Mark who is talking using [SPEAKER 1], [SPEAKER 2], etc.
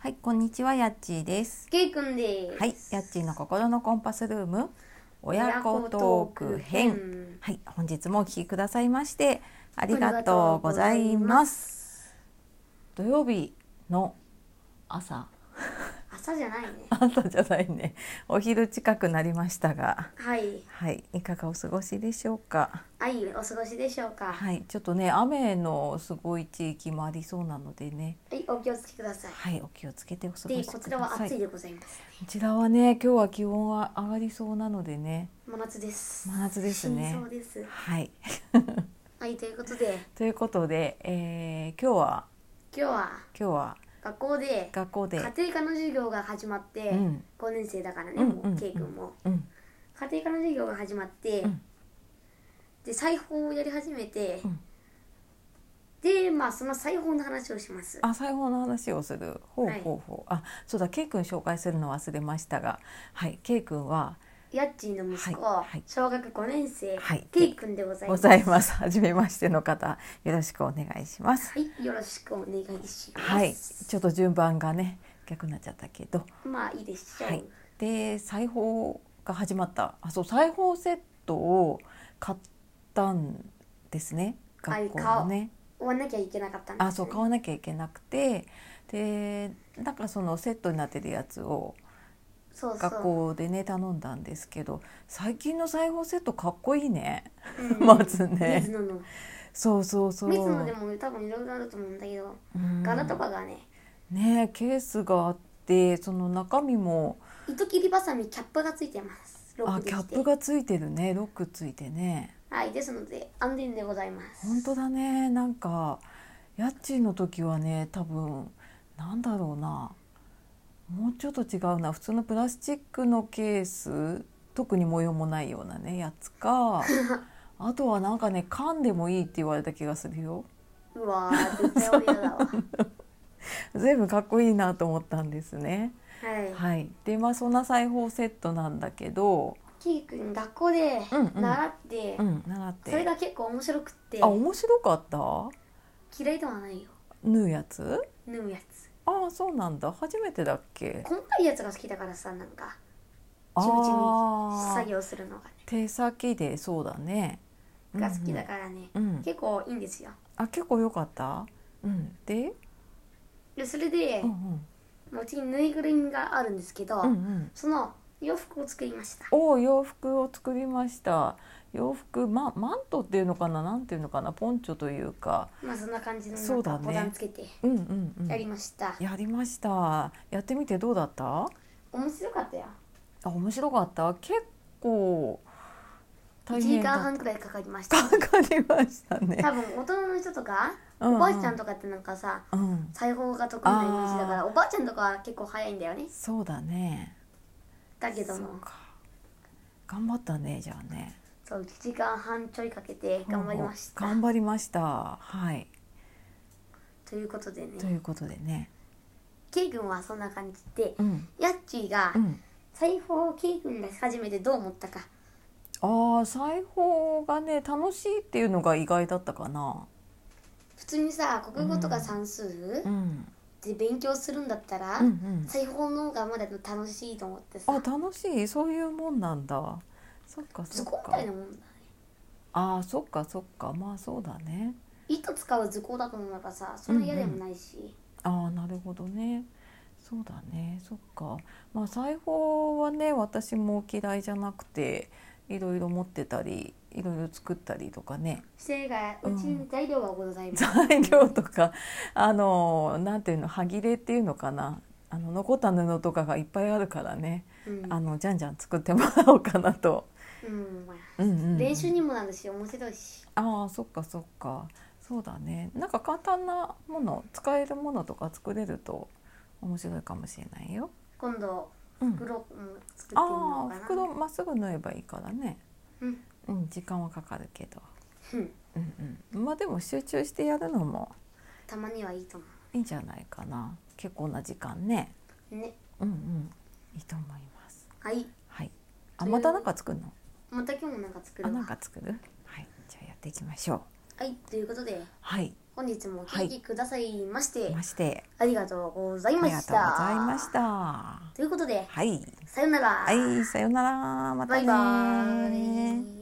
[SPEAKER 1] はい、こんにちは、やっちーです。
[SPEAKER 2] ケイくんです。
[SPEAKER 1] はい、やっちーの心のコンパスルーム、親子トーク編。はい、本日もお聞きくださいまして、ありがとうございます。土曜日の朝、
[SPEAKER 2] 朝じゃないね。
[SPEAKER 1] 朝じゃないね、お昼近くなりましたが。
[SPEAKER 2] はい。
[SPEAKER 1] はい、いかがお過ごしでしょうか。
[SPEAKER 2] はい、お過ごしでしょうか。
[SPEAKER 1] はい、ちょっとね、雨のすごい地域もありそうなのでね。
[SPEAKER 2] はい、お気をつけください。
[SPEAKER 1] はい、お気をつけてお過ご
[SPEAKER 2] で、
[SPEAKER 1] し
[SPEAKER 2] こち
[SPEAKER 1] く
[SPEAKER 2] ら
[SPEAKER 1] だ
[SPEAKER 2] は
[SPEAKER 1] さい。
[SPEAKER 2] 暑い
[SPEAKER 1] こ
[SPEAKER 2] でございます。
[SPEAKER 1] ちらはね、今日は気温は上がりそうなのでね。
[SPEAKER 2] 真夏です。
[SPEAKER 1] 真夏ですね
[SPEAKER 2] 真相です。
[SPEAKER 1] はい、
[SPEAKER 2] はい、ということで、
[SPEAKER 1] ということで、えー今日は
[SPEAKER 2] 今日は
[SPEAKER 1] 今日は
[SPEAKER 2] 学校で
[SPEAKER 1] 学校で、
[SPEAKER 2] 家庭科の授業が始まって、
[SPEAKER 1] うん
[SPEAKER 2] 5年生だからね、
[SPEAKER 1] うん
[SPEAKER 2] も
[SPEAKER 1] うん
[SPEAKER 2] うケイくんも。
[SPEAKER 1] うん、
[SPEAKER 2] 家庭科の授業が始まって、
[SPEAKER 1] うん
[SPEAKER 2] で、裁縫をやり始めて、
[SPEAKER 1] うん
[SPEAKER 2] で、まあ、その裁縫の話をします。
[SPEAKER 1] あ裁縫の話をするほう
[SPEAKER 2] はい
[SPEAKER 1] ほうほう、あそうだ K 君紹介するの忘れましたがはい K 君は
[SPEAKER 2] ヤッチーの息子、
[SPEAKER 1] はいはい
[SPEAKER 2] 小学5年生、
[SPEAKER 1] はい
[SPEAKER 2] ケイくんでござい
[SPEAKER 1] ご
[SPEAKER 2] ます。
[SPEAKER 1] ざいます初めましての方よろしくお願いします
[SPEAKER 2] はい、よろしくお願いします。
[SPEAKER 1] はいちょっと順番がね逆になっちゃったけど
[SPEAKER 2] まあいいでしょう。
[SPEAKER 1] はいで裁縫が始まったあそう裁縫セットを買ったんですね
[SPEAKER 2] はい
[SPEAKER 1] 学校のね、
[SPEAKER 2] 終わんなきゃいけなかったんです、
[SPEAKER 1] あそう買わなきゃいけなくてでだからそのセットになってるやつを
[SPEAKER 2] そうそう。
[SPEAKER 1] 学校でね頼んだんですけど最近の裁縫セットかっこいいね
[SPEAKER 2] う ん
[SPEAKER 1] まずね
[SPEAKER 2] 水野の。
[SPEAKER 1] そうそうそう
[SPEAKER 2] 水野でも多分いろいろあると思うんだけど、
[SPEAKER 1] うん
[SPEAKER 2] 柄とかがね、
[SPEAKER 1] ねケースがあってその中身も
[SPEAKER 2] 糸切りばさみキャップがついてます。ロッ
[SPEAKER 1] あ
[SPEAKER 2] クで
[SPEAKER 1] キ
[SPEAKER 2] きて
[SPEAKER 1] ャップがついてるねロックついてね
[SPEAKER 2] はい、ですので安全でございます。
[SPEAKER 1] 本当だねなんか家賃の時はね多分なんだろうなもうちょっと違うな普通のプラスチックのケース特に模様もないようなねやつ かあとはなんかね噛んでもいいって言われた気がするよ
[SPEAKER 2] うわー、絶対俺嫌だ わ。
[SPEAKER 1] 随分かっこいいなと思ったんですね
[SPEAKER 2] はい。
[SPEAKER 1] はいでまあそんな裁縫セットなんだけど
[SPEAKER 2] ケイ君学校で
[SPEAKER 1] うんうん
[SPEAKER 2] 習って、
[SPEAKER 1] うん習っ
[SPEAKER 2] それ
[SPEAKER 1] て
[SPEAKER 2] が結構面白くって
[SPEAKER 1] あ面白かった
[SPEAKER 2] 嫌いではないよ。
[SPEAKER 1] 縫うやつ
[SPEAKER 2] 縫うやつ。
[SPEAKER 1] ああそうなんだ初めてだっけ
[SPEAKER 2] 細かいやつが好きだからさ、なんか。
[SPEAKER 1] あ
[SPEAKER 2] 地道
[SPEAKER 1] ー
[SPEAKER 2] に作業するのがね
[SPEAKER 1] 手先でそうだね
[SPEAKER 2] が好きだからね、
[SPEAKER 1] ら、うんうん、
[SPEAKER 2] 結構いいんですよ
[SPEAKER 1] あ結構良かった、うん、で、
[SPEAKER 2] でそれで、
[SPEAKER 1] うん
[SPEAKER 2] うちにぬいぐるみがあるんですけど、
[SPEAKER 1] うんうんうん、
[SPEAKER 2] その洋服を作りました
[SPEAKER 1] おー洋服を作りました洋服、ま、マントっていうのかななんていうのかなポンチョというか
[SPEAKER 2] まあそんな感じのなんか
[SPEAKER 1] そうだね
[SPEAKER 2] ボタンつけて
[SPEAKER 1] うんうんうん
[SPEAKER 2] やりました、
[SPEAKER 1] やりましたやってみてどうだったあ
[SPEAKER 2] 面白かったよ
[SPEAKER 1] 面白かった結構
[SPEAKER 2] 1
[SPEAKER 1] 大
[SPEAKER 2] 時
[SPEAKER 1] 変
[SPEAKER 2] 間
[SPEAKER 1] だ
[SPEAKER 2] 半くらいかかりました
[SPEAKER 1] かかりましたね
[SPEAKER 2] 多分大人の人とか、
[SPEAKER 1] うんうん
[SPEAKER 2] おばあちゃんとかってなんかさ
[SPEAKER 1] うん
[SPEAKER 2] 裁縫が得意なイメージだからおばあちゃんとかは結構早いんだよね
[SPEAKER 1] そうだね
[SPEAKER 2] だけども
[SPEAKER 1] そうか頑張ったねじゃあね
[SPEAKER 2] そう1時間半ちょいかけて頑張りました、
[SPEAKER 1] 頑張りました。はい。
[SPEAKER 2] ということで
[SPEAKER 1] と
[SPEAKER 2] ね
[SPEAKER 1] いうことでね。
[SPEAKER 2] ケイ君はそんな感じで、
[SPEAKER 1] うん。
[SPEAKER 2] ヤッチーが
[SPEAKER 1] うん。
[SPEAKER 2] 裁縫をケイ君が初めてどう思ったか
[SPEAKER 1] ああ、裁縫がね、楽しいっていうのが意外だったかな。
[SPEAKER 2] 普通にさ国語とか算数
[SPEAKER 1] うん。
[SPEAKER 2] で勉強するんだったら、
[SPEAKER 1] うんうん。
[SPEAKER 2] 裁縫の方がまだ楽しいと思って
[SPEAKER 1] あ、
[SPEAKER 2] さ
[SPEAKER 1] 楽しい。そういうもんなんだ。そっかそ
[SPEAKER 2] 図
[SPEAKER 1] っ
[SPEAKER 2] 工み
[SPEAKER 1] か
[SPEAKER 2] たい。なもんだ
[SPEAKER 1] ああ、そっかそっか。まあそうだね。
[SPEAKER 2] 糸使う図工だと思うからさそんな嫌でもないし、
[SPEAKER 1] ああ、なるほどね。そうだね。そっか。まあ裁縫はね、私も嫌いじゃなくて、いろいろ持ってたり、いろいろ作ったりとかね。
[SPEAKER 2] それが
[SPEAKER 1] う
[SPEAKER 2] うんちに材料がございます、
[SPEAKER 1] 材料とかあのなんていうの端切れっていうのかなあの残った布とかがいっぱいあるからね、
[SPEAKER 2] うん
[SPEAKER 1] あのじゃんじゃん作ってもらおうかなと、
[SPEAKER 2] うんまあ
[SPEAKER 1] うんうんうん
[SPEAKER 2] 練習にもなるし面白いし
[SPEAKER 1] ああそっかそっかそうだねなんか簡単なもの使えるものとか作れると面白いかもしれないよ。
[SPEAKER 2] 今度
[SPEAKER 1] うん、
[SPEAKER 2] 袋も作って
[SPEAKER 1] あ
[SPEAKER 2] みよ
[SPEAKER 1] あ
[SPEAKER 2] うかな
[SPEAKER 1] 袋まっすぐ縫えばいいからね、
[SPEAKER 2] うん
[SPEAKER 1] うん、時間はかかるけど、
[SPEAKER 2] うん
[SPEAKER 1] うんうん、まあでも集中してやるのも
[SPEAKER 2] たまにはいいと思
[SPEAKER 1] いいんじゃないかな結構な時間ね。
[SPEAKER 2] うね
[SPEAKER 1] うんうん、いいと思います。
[SPEAKER 2] はい
[SPEAKER 1] はい。あ、
[SPEAKER 2] という
[SPEAKER 1] またなんか作るの。
[SPEAKER 2] また今日もなんか作
[SPEAKER 1] あ、
[SPEAKER 2] る
[SPEAKER 1] なん
[SPEAKER 2] わ
[SPEAKER 1] か作る。はい、じゃあやっていきましょう。
[SPEAKER 2] はいということで
[SPEAKER 1] はい。
[SPEAKER 2] 本日もお聞きくださいまして、
[SPEAKER 1] まして
[SPEAKER 2] ありがとうござい
[SPEAKER 1] あ
[SPEAKER 2] ま
[SPEAKER 1] りが
[SPEAKER 2] し
[SPEAKER 1] とうご
[SPEAKER 2] た
[SPEAKER 1] ざいましたは
[SPEAKER 2] ということで
[SPEAKER 1] い
[SPEAKER 2] さよなら、
[SPEAKER 1] はいさようならまた
[SPEAKER 2] バ
[SPEAKER 1] ね
[SPEAKER 2] イバーイ